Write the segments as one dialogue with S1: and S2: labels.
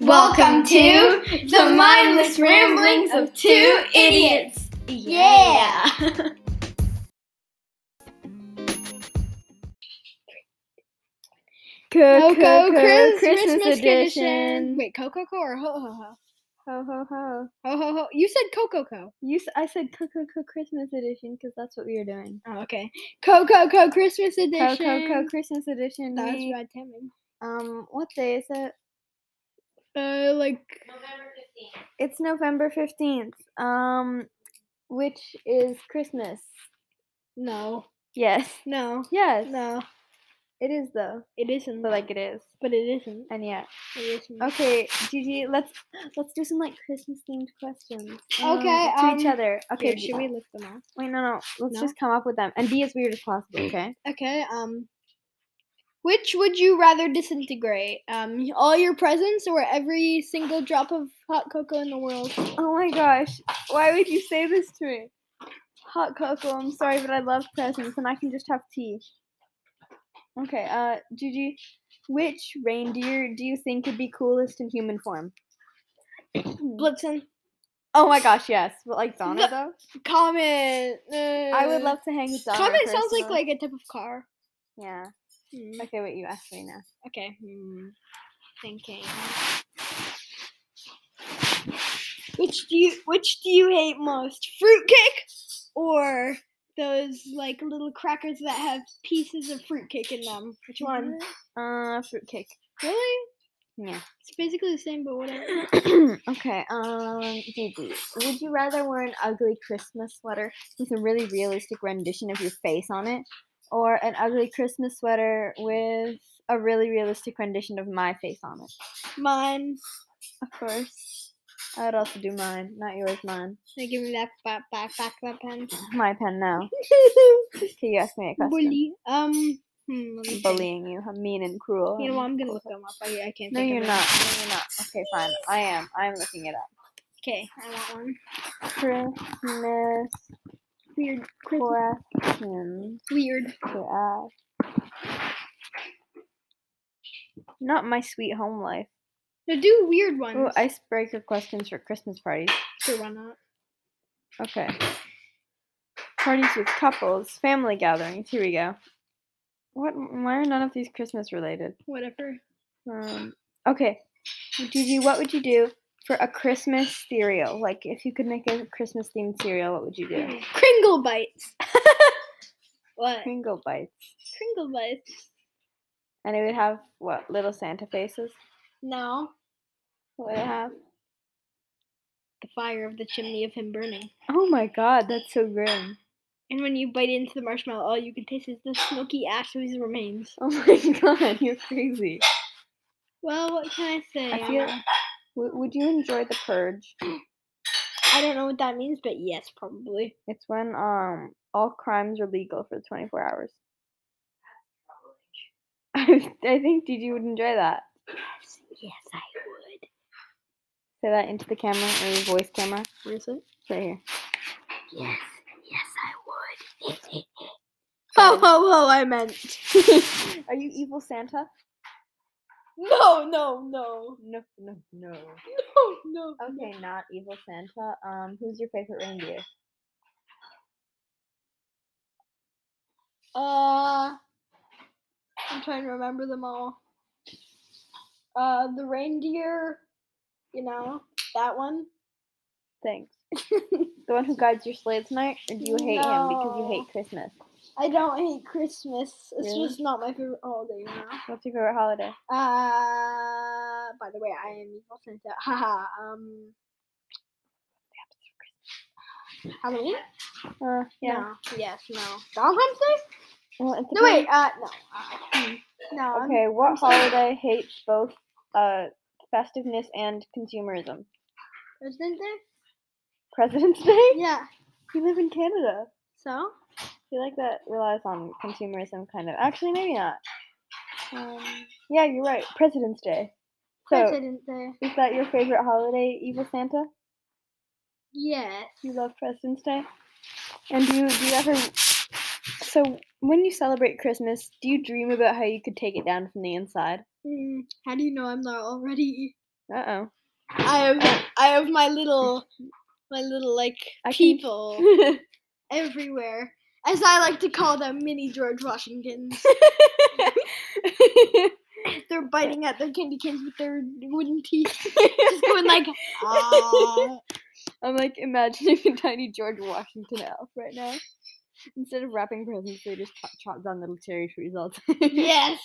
S1: Welcome to the mindless ramblings of two idiots. Yeah.
S2: Coco
S1: Christmas,
S2: Christmas, Christmas edition.
S1: Wait, Coco Co or Ho Ho Ho?
S2: Ho ho ho!
S1: Ho Ho Ho. You said Coco Co.
S2: You, s- I said Coco Co Christmas edition because that's what we were doing.
S1: Oh, okay. Coco Co Christmas
S2: Coco
S1: edition.
S2: Co Christmas edition.
S1: That was
S2: we-
S1: bad timing.
S2: um, what day is it?
S1: Uh, like
S2: It's November fifteenth. Um, which is Christmas.
S1: no,
S2: Yes.
S1: no,
S2: Yes.
S1: no.
S2: It is though.
S1: It isn't.
S2: But like it is.
S1: but it isn't.
S2: And yeah.
S1: It isn't.
S2: Okay, Gigi. Let's let's do some like Christmas themed questions.
S1: Okay,
S2: um, to each
S1: um,
S2: other. Okay.
S1: Here, should we look them up?
S2: Wait, no, no. Let's
S1: No?
S2: just come up with them and be as weird as possible. Okay.
S1: Okay, um which would you rather disintegrate? Um all your presents or every single drop of hot cocoa in the world?
S2: Oh my gosh, why would you say this to me? Hot cocoa, I'm sorry, but I love presents and I can just have tea. Okay, uh, Gigi, which reindeer do you think would be coolest in human form? Hmm.
S1: Blitzen,
S2: Oh my gosh, yes. But like Donna,
S1: The-
S2: though?
S1: comment.
S2: I would love to hang with Donna.
S1: Comet sounds like
S2: personally.
S1: like a type of car.
S2: Yeah.
S1: Hmm,
S2: Okay, wait, you asked me now.
S1: Okay. hmm, Thinking. Which do you which do you hate most? Fruitcake or those like little crackers that have pieces of fruitcake in them? Which one?
S2: Uh, fruitcake.
S1: Really?
S2: Yeah.
S1: It's basically the same, but whatever.
S2: okay, um, Gigi, would you rather wear an ugly Christmas sweater with a really realistic rendition of your face on it, or an ugly Christmas sweater with a really realistic rendition of my face on it?
S1: Mine.
S2: Of course. I would also do mine, not yours, mine.
S1: Now give me that back, back, back, that pen.
S2: My pen now. Can you ask me a question?
S1: Bully. Um. Hmm, let me think.
S2: Bullying you, how mean and cruel.
S1: You know
S2: and-
S1: what? I'm gonna look them up. I, I can't.
S2: No,
S1: think
S2: you're
S1: of
S2: not. No, you're not. Okay, fine. I am. I'm looking it up.
S1: Okay, I want one.
S2: Christmas
S1: Weird. Christmas.
S2: questions.
S1: Weird.
S2: to ask. Not my sweet home life.
S1: No, do weird ones.
S2: Ooh, icebreaker questions for Christmas parties.
S1: sure, why not?
S2: Okay. Parties with couples, family gatherings. Here we go. What? Why are none of these Christmas related?
S1: Whatever.
S2: Um, okay, Gigi, what would you do for a Christmas cereal? Like, if you could make a Christmas themed cereal, what would you do?
S1: Kringle bites. what?
S2: Pringle bites,
S1: Kringle bites.
S2: and it would have what? Little Santa faces.
S1: No.
S2: What would it have?
S1: The fire of the chimney of him burning.
S2: Oh my God, that's so grim.
S1: And when you bite into the marshmallow, all you can taste is the smoky ash of his remains.
S2: Oh my god, you're crazy.
S1: Well, what can I say?
S2: I feel. W- would you enjoy the purge?
S1: I don't know what that means, but yes, probably.
S2: It's when um all crimes are legal for 24 hours. I, I think Gigi would enjoy that.
S1: Yes, I would.
S2: Say that into the camera or your voice camera.
S1: Where is it?
S2: It's right here.
S1: Yes, yes, I would. ho, ho, ho, I meant.
S2: are you evil Santa?
S1: No, no, no.
S2: No, no, no.
S1: No, no.
S2: Okay, not evil Santa. Um, who's your favorite reindeer?
S1: Uh, I'm trying to remember them all. Uh, the reindeer, you know, that one.
S2: Thanks. the one who guides your sleigh tonight, or do you hate him because you
S1: No.
S2: hate Christmas?
S1: I don't hate Christmas. It's
S2: Really?
S1: just not my favorite holiday, you know.
S2: What's your favorite holiday?
S1: Uh, by the way, I am evil Santa. Haha. Um. Halloween?
S2: Uh, yeah.
S1: No. Yes. No. Valentine's Day?
S2: Well, it
S1: No. Wait.
S2: depends.
S1: Uh. No. Uh, hmm, no. I'm-
S2: Okay, what holiday hates both uh, festiveness and consumerism?
S1: President's Day?
S2: President's Day?
S1: Yeah.
S2: You live in Canada.
S1: So.
S2: I feel like that relies on consumerism, kind of. Actually, maybe not.
S1: Um,
S2: Yeah, you're right. President's Day. So,
S1: President's Day.
S2: is that your favorite holiday, Evil Santa?
S1: Yes.
S2: You love President's Day? And do you, do you ever. So, when you celebrate Christmas, do you dream about how you could take it down from the inside?
S1: Mm, how do you know I'm not already?
S2: Uh oh.
S1: I have I have my little my little like
S2: I can-
S1: people everywhere. As I like to call them mini George Washingtons. They're biting at their candy canes with their wooden teeth. Just going like ah.
S2: I'm like imagining a tiny George Washington elf right now. Instead of wrapping presents, they just chop, chop down little cherry trees all the time.
S1: Yes.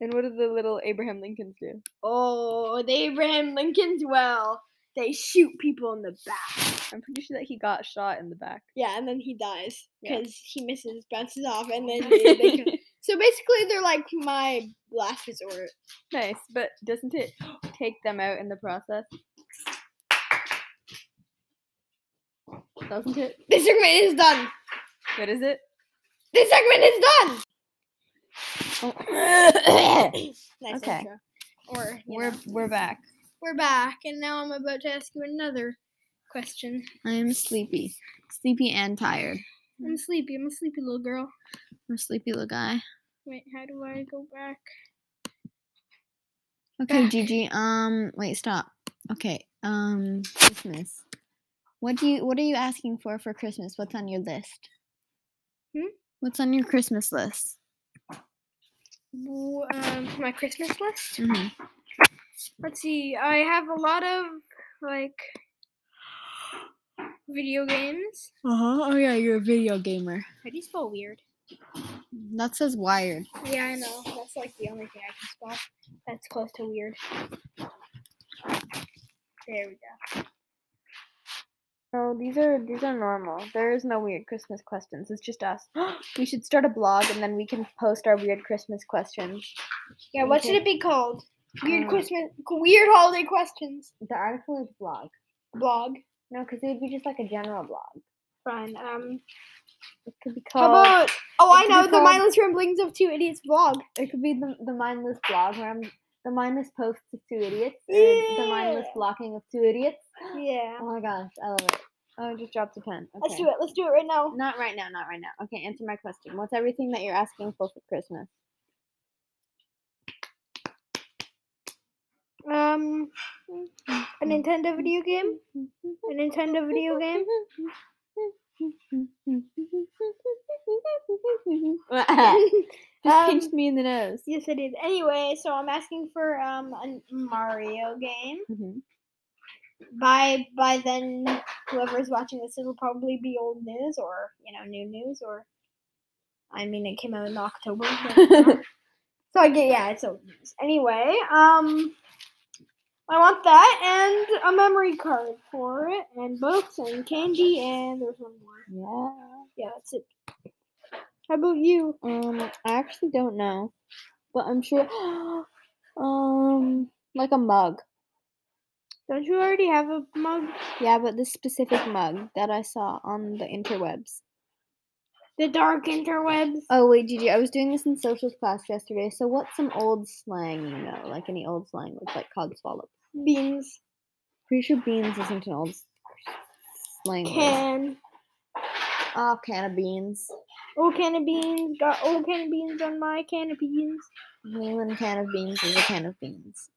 S2: And what do the little Abraham Lincolns do?
S1: Oh, the Abraham Lincoln's well. They shoot people in the back.
S2: I'm pretty sure that he got shot in the back.
S1: Yeah, and then he dies
S2: Yeah.
S1: because he misses, bounces off, and then they, they kill- So basically, they're like my last resort.
S2: nice, but doesn't it take them out in the process? Doesn't it?
S1: This segment is done.
S2: What is it?
S1: This segment is done.
S2: Oh.
S1: Nice
S2: Okay.
S1: intro. Or you know.
S2: we're we're back.
S1: we're back, and now I'm about to ask you another question.
S2: I'm sleepy, sleepy and tired.
S1: I'm sleepy. I'm a sleepy little girl.
S2: I'm a sleepy little guy.
S1: Wait, how do I go back?
S2: Okay,
S1: Back.
S2: Gigi. Um, wait, stop. Okay. Um, Christmas. What do you What are you asking for for Christmas? What's on your list?
S1: Hmm?
S2: What's on your Christmas list?
S1: W- Um, my Christmas list.
S2: hmm
S1: Let's see. I have a lot of like video games.
S2: Uh huh. Oh yeah, you're a video gamer.
S1: How do you spell weird?
S2: That says wired.
S1: Yeah, I know. That's like the only thing I can spell that's close to weird. There we go.
S2: No, these are these are normal. There is no weird Christmas questions. It's just us. we should start a blog and then we can post our weird Christmas questions.
S1: Yeah, what should
S2: Okay.
S1: it be called? Weird
S2: Um,
S1: Christmas, weird holiday questions
S2: The article is blog.
S1: blog.
S2: No, because it would be just like a general blog.
S1: Fine. Um,
S2: It could be
S1: how
S2: called.
S1: about? Oh, I
S2: it could be
S1: know the
S2: called-
S1: mindless ramblings of two idiots vlog.
S2: It could be the, the mindless blog where I'm the mindless posts of two idiots. or The mindless
S1: Yeah.
S2: blocking of two idiots.
S1: Yeah.
S2: Oh my gosh, I love it. Oh, I just dropped a pen. Okay.
S1: Let's do it. Let's do it right now.
S2: Not right now, not right now. Okay, answer my question. What's everything that you're asking for for Christmas?
S1: Um, a Nintendo video game. A Nintendo video game.
S2: just
S1: Um,
S2: pinched me in the nose.
S1: yes, it is. Anyway, so I'm asking for um a Mario game.
S2: Mhm.
S1: by by then whoever's watching this it'll probably be old news or you know new news or i mean it came out in october but, you know. so i get yeah it's old news anyway um i want that and a memory card for it and books and candy and there's one more
S2: Yeah.
S1: yeah that's it how about you
S2: Um, I actually don't know, but I'm sure. um, like a mug.
S1: don't you already have a mug
S2: Yeah, but this specific mug that I saw on the interwebs.
S1: the dark interwebs
S2: Oh wait, Gigi, I was doing this in socials class yesterday. So what's some old slang you know, like any old slang that's like cog swallow?
S1: beans
S2: Pretty sure beans isn't an old s- slang. word.
S1: can
S2: Oh, can of beans.
S1: old can of beans got old can of beans on my can of beans
S2: One can of beans is a can of beans.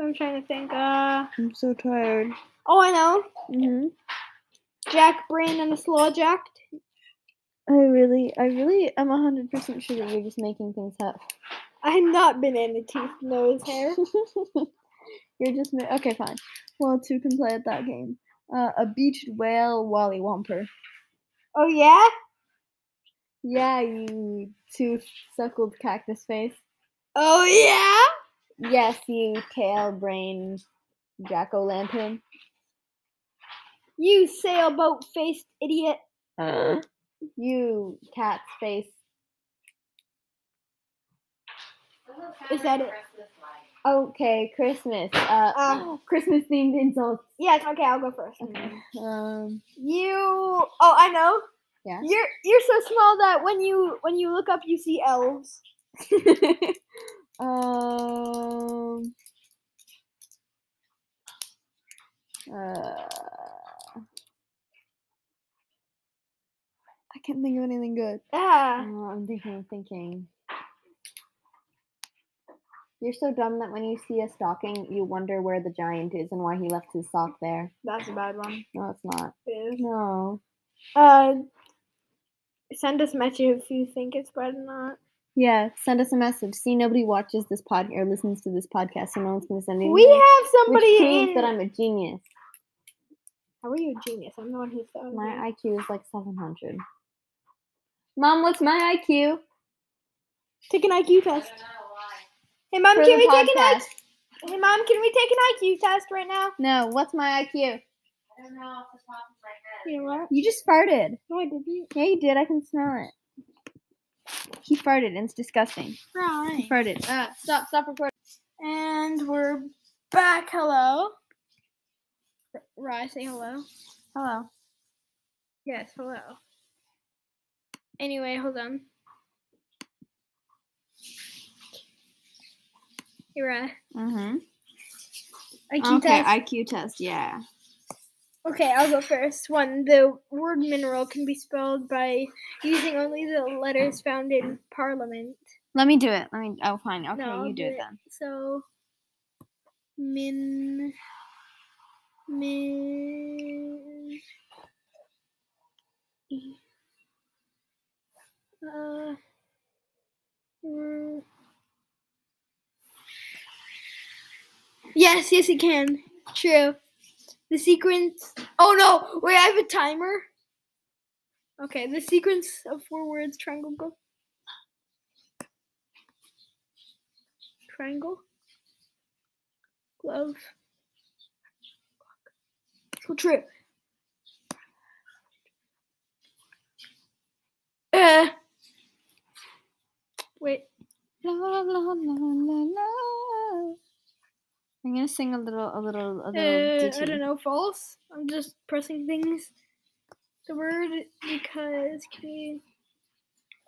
S1: I'm trying to think. Uh
S2: I'm so tired.
S1: oh, I know.
S2: Mm-hmm.
S1: Jack Brain and the Slaw Jack.
S2: I really, I really am hundred percent sure that you're just making things up.
S1: I have not been in a teeth, nose, hair.
S2: You're just ma- okay. Fine. Well, two can play at that game. Uh, a beached whale wally womper.
S1: Oh yeah.
S2: Yeah, you two suckled cactus face.
S1: Oh yeah.
S2: Yes, you tail brain jack o' lantern.
S1: You sailboat faced idiot.
S2: You cat's face.
S1: Is that it?
S2: Okay, Christmas. Uh,
S1: Uh.
S2: Christmas themed insults.
S1: Yes. Okay, I'll go first.
S2: Um,
S1: You. Oh, I know.
S2: Yeah.
S1: You're you're so small that when you when you look up you see elves.
S2: um, uh, I can't think of anything good. Uh,
S1: Ah.
S2: I'm thinking, I'm thinking. You're so dumb that when you see a stocking, you wonder where the giant is and why he left his sock there.
S1: That's a bad one.
S2: No, it's not.
S1: It is.
S2: No.
S1: Uh, send us a message if you think it's bad or not.
S2: Yeah, send us a message. See, nobody watches this pod or listens to this podcast, so no one's gonna send anything.
S1: We have
S2: which
S1: somebody
S2: proves
S1: in.
S2: that I'm a genius.
S1: How are you a genius? I'm the one who thought. of it.
S2: My IQ is like 700. Mom, what's my
S1: Um,
S2: IQ?
S1: Take an IQ test. Hey mom,
S2: for
S1: can
S2: the
S1: we take an IQ?
S2: podcast?
S1: Hey mom, can we take an IQ test right now?
S2: No, what's my IQ?
S3: I don't know off the top of my head.
S1: You know what?
S2: You just farted.
S1: No, I didn't.
S2: Yeah, you did. I can smell it. He farted, and it's disgusting. He
S1: Right.
S2: farted. Uh, stop, stop recording.
S1: And we're back. Hello. R- Rye, say hello.
S2: Hello.
S1: Yes, hello. Anyway, hold on. Hey, Rye.
S2: Mm-hmm.
S1: IQ
S2: okay,
S1: test.
S2: IQ test. Yeah.
S1: Okay, I'll go first. One, the word mineral can be spelled by using only the letters found in parliament.
S2: Let me do it. Let me. Oh, fine. Okay,
S1: No,
S2: you
S1: I'll
S2: do
S1: do
S2: it
S1: it.
S2: then.
S1: So, min, min, uh, mm. yes, yes, it can. True. The sequence. Oh no! Wait, I have a timer. Okay, the sequence of four words triangle go. Triangle. Glove. So true. Uh. Wait.
S2: La, la, la, la, la. I'm gonna sing a little, a little, a
S1: Uh,
S2: little
S1: I
S2: ditty.
S1: don't know. False. I'm just pressing things. The word because. Can you...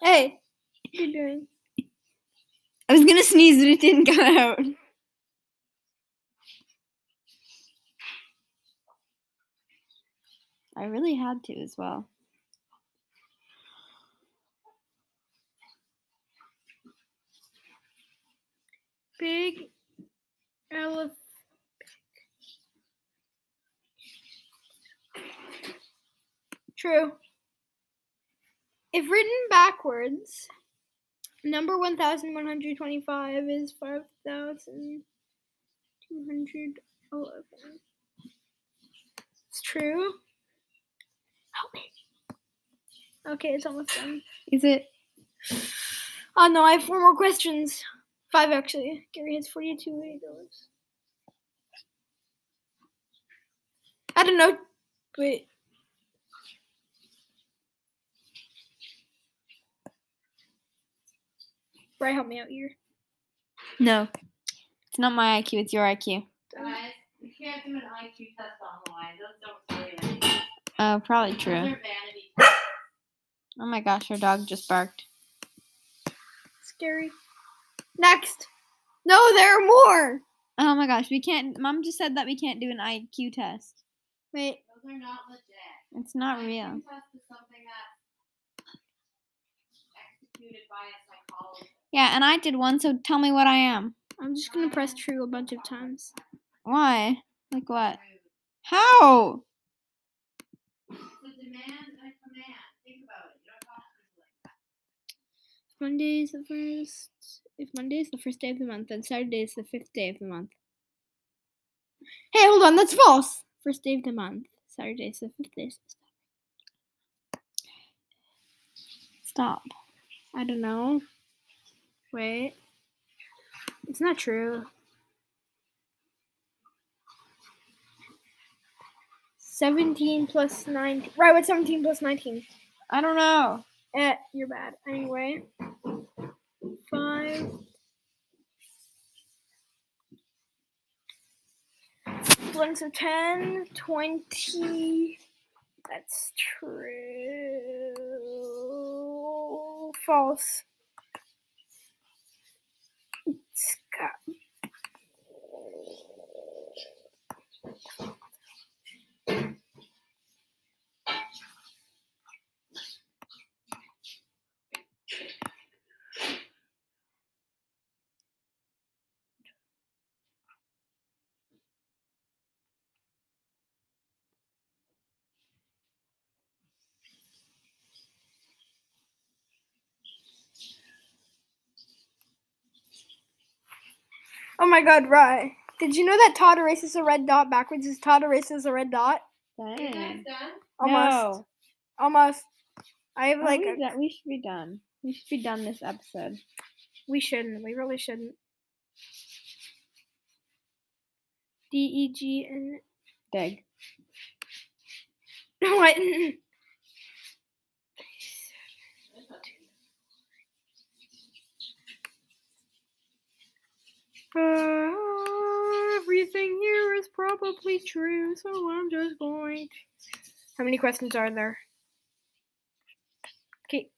S1: Hey, what are you doing?
S2: I was gonna sneeze, but it didn't come out. I really had to as well.
S1: Big elephant. True. If written backwards, number 1125 is 5211. It's true. Help me. Okay, it's almost done.
S2: Is it?
S1: Oh no, I have four more questions. Five actually. Gary has forty-two eight dollars. I don't know. Wait. Bry, help me out here.
S2: No. It's not my IQ, it's your IQ.
S3: Guys, you can't do an IQ test online. Those don't say anything.
S2: Oh, probably
S3: Those
S2: true.
S3: are vanity tests.
S2: Oh my gosh, your dog just barked.
S1: Scary. Next. No, there are more.
S2: Oh my gosh, we can't. Mom just said that we can't do an IQ test.
S1: Wait.
S3: Those are not legit.
S2: It's not
S3: An
S2: real.
S3: IQ test is something that's executed by a psychologist.
S2: Yeah, and I did one, so tell me what I am.
S1: I'm just gonna press true a bunch of times.
S2: Why? Like what? How?
S3: It's a demand and a command. Think about it. You don't talk to people like
S1: Monday's the first. If Monday is the first day of the month, then Saturday is the fifth day of the month. Hey, hold on, that's false. First day of the month. Saturday is the fifth day.
S2: Stop.
S1: I don't know. Wait. It's not true. Seventeen plus nine. Right, what's seventeen plus nineteen?
S2: I don't know.
S1: Eh, you're bad. Anyway, five. Blinks of 10, 20. That's true. False. It's got. Oh my god, right. Did you know that Todd erases a red dot backwards is Todd erases a red dot?
S3: Are you guys
S2: Dang.
S3: done?
S1: Almost.
S2: No.
S1: Almost. I have
S2: Are
S1: like
S2: we,
S1: a,
S2: done- we should be done. We should be done this episode.
S1: we shouldn't. We really shouldn't. D E G N
S2: Dig.
S1: what? Uh, everything here is probably true, so I'm just going. to- How many questions are there? Okay.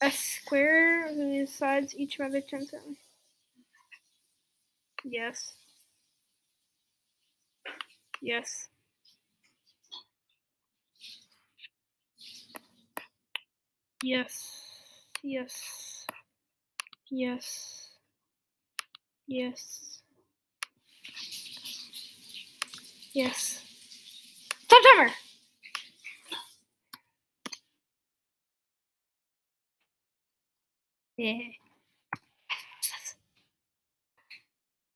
S1: A square whose sides each other turns out. Yes. Yes. Yes. Yes. Yes. Yes. Yes. Stop timer! Yeah.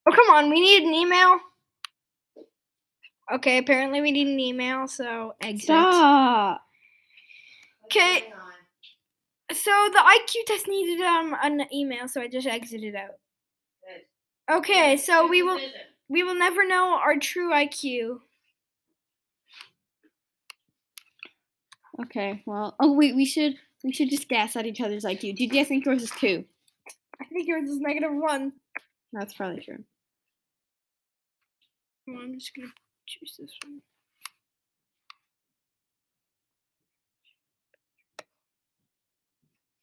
S1: Oh, come on. We need an email. Okay, apparently we need an email, so exit.
S2: Stop.
S3: What's
S1: Okay.
S3: going on?
S1: So the IQ test needed um an email, so I just exited out.
S3: Good.
S1: Okay, so
S3: Good
S1: we will
S3: decision.
S1: we will never know our true IQ.
S2: Okay. Well. Oh wait. We should. We should just guess at each other's IQ. Did you guys think yours is two?
S1: I think yours is negative one.
S2: That's probably true.
S1: Well, I'm just gonna choose this one.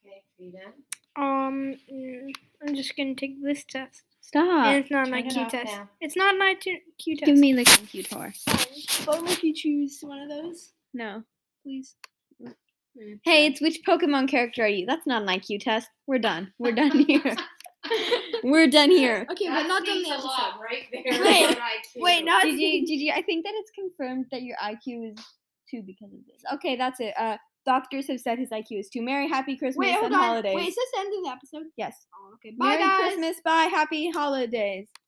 S3: Okay, are you done?
S1: Um, mm, I'm just gonna take this test.
S2: Stop.
S1: and it's not an
S3: turn it
S1: IQ
S3: off
S1: test.
S3: now.
S1: It's not an IQ test.
S2: Give me the computer.
S1: Only if you choose one of those,
S2: No.
S1: please.
S2: Hey, it's which Pokemon character are you? That's not an IQ test. We're done. We're done here. We're done here.
S1: Okay,
S3: That speaks a lot right there.
S1: Wait,
S3: about IQ.
S1: wait, not-
S2: Did you? Did you? I think that it's confirmed that your IQ is two because of this. Okay, that's it. Uh, doctors have said his IQ is two. Merry happy Christmas
S1: Wait, hold
S2: and
S1: on.
S2: holidays.
S1: Wait, is this the end of the episode?
S2: yes.
S1: Oh, okay. Bye,
S2: Merry
S1: guys.
S2: Christmas. Bye. Happy holidays.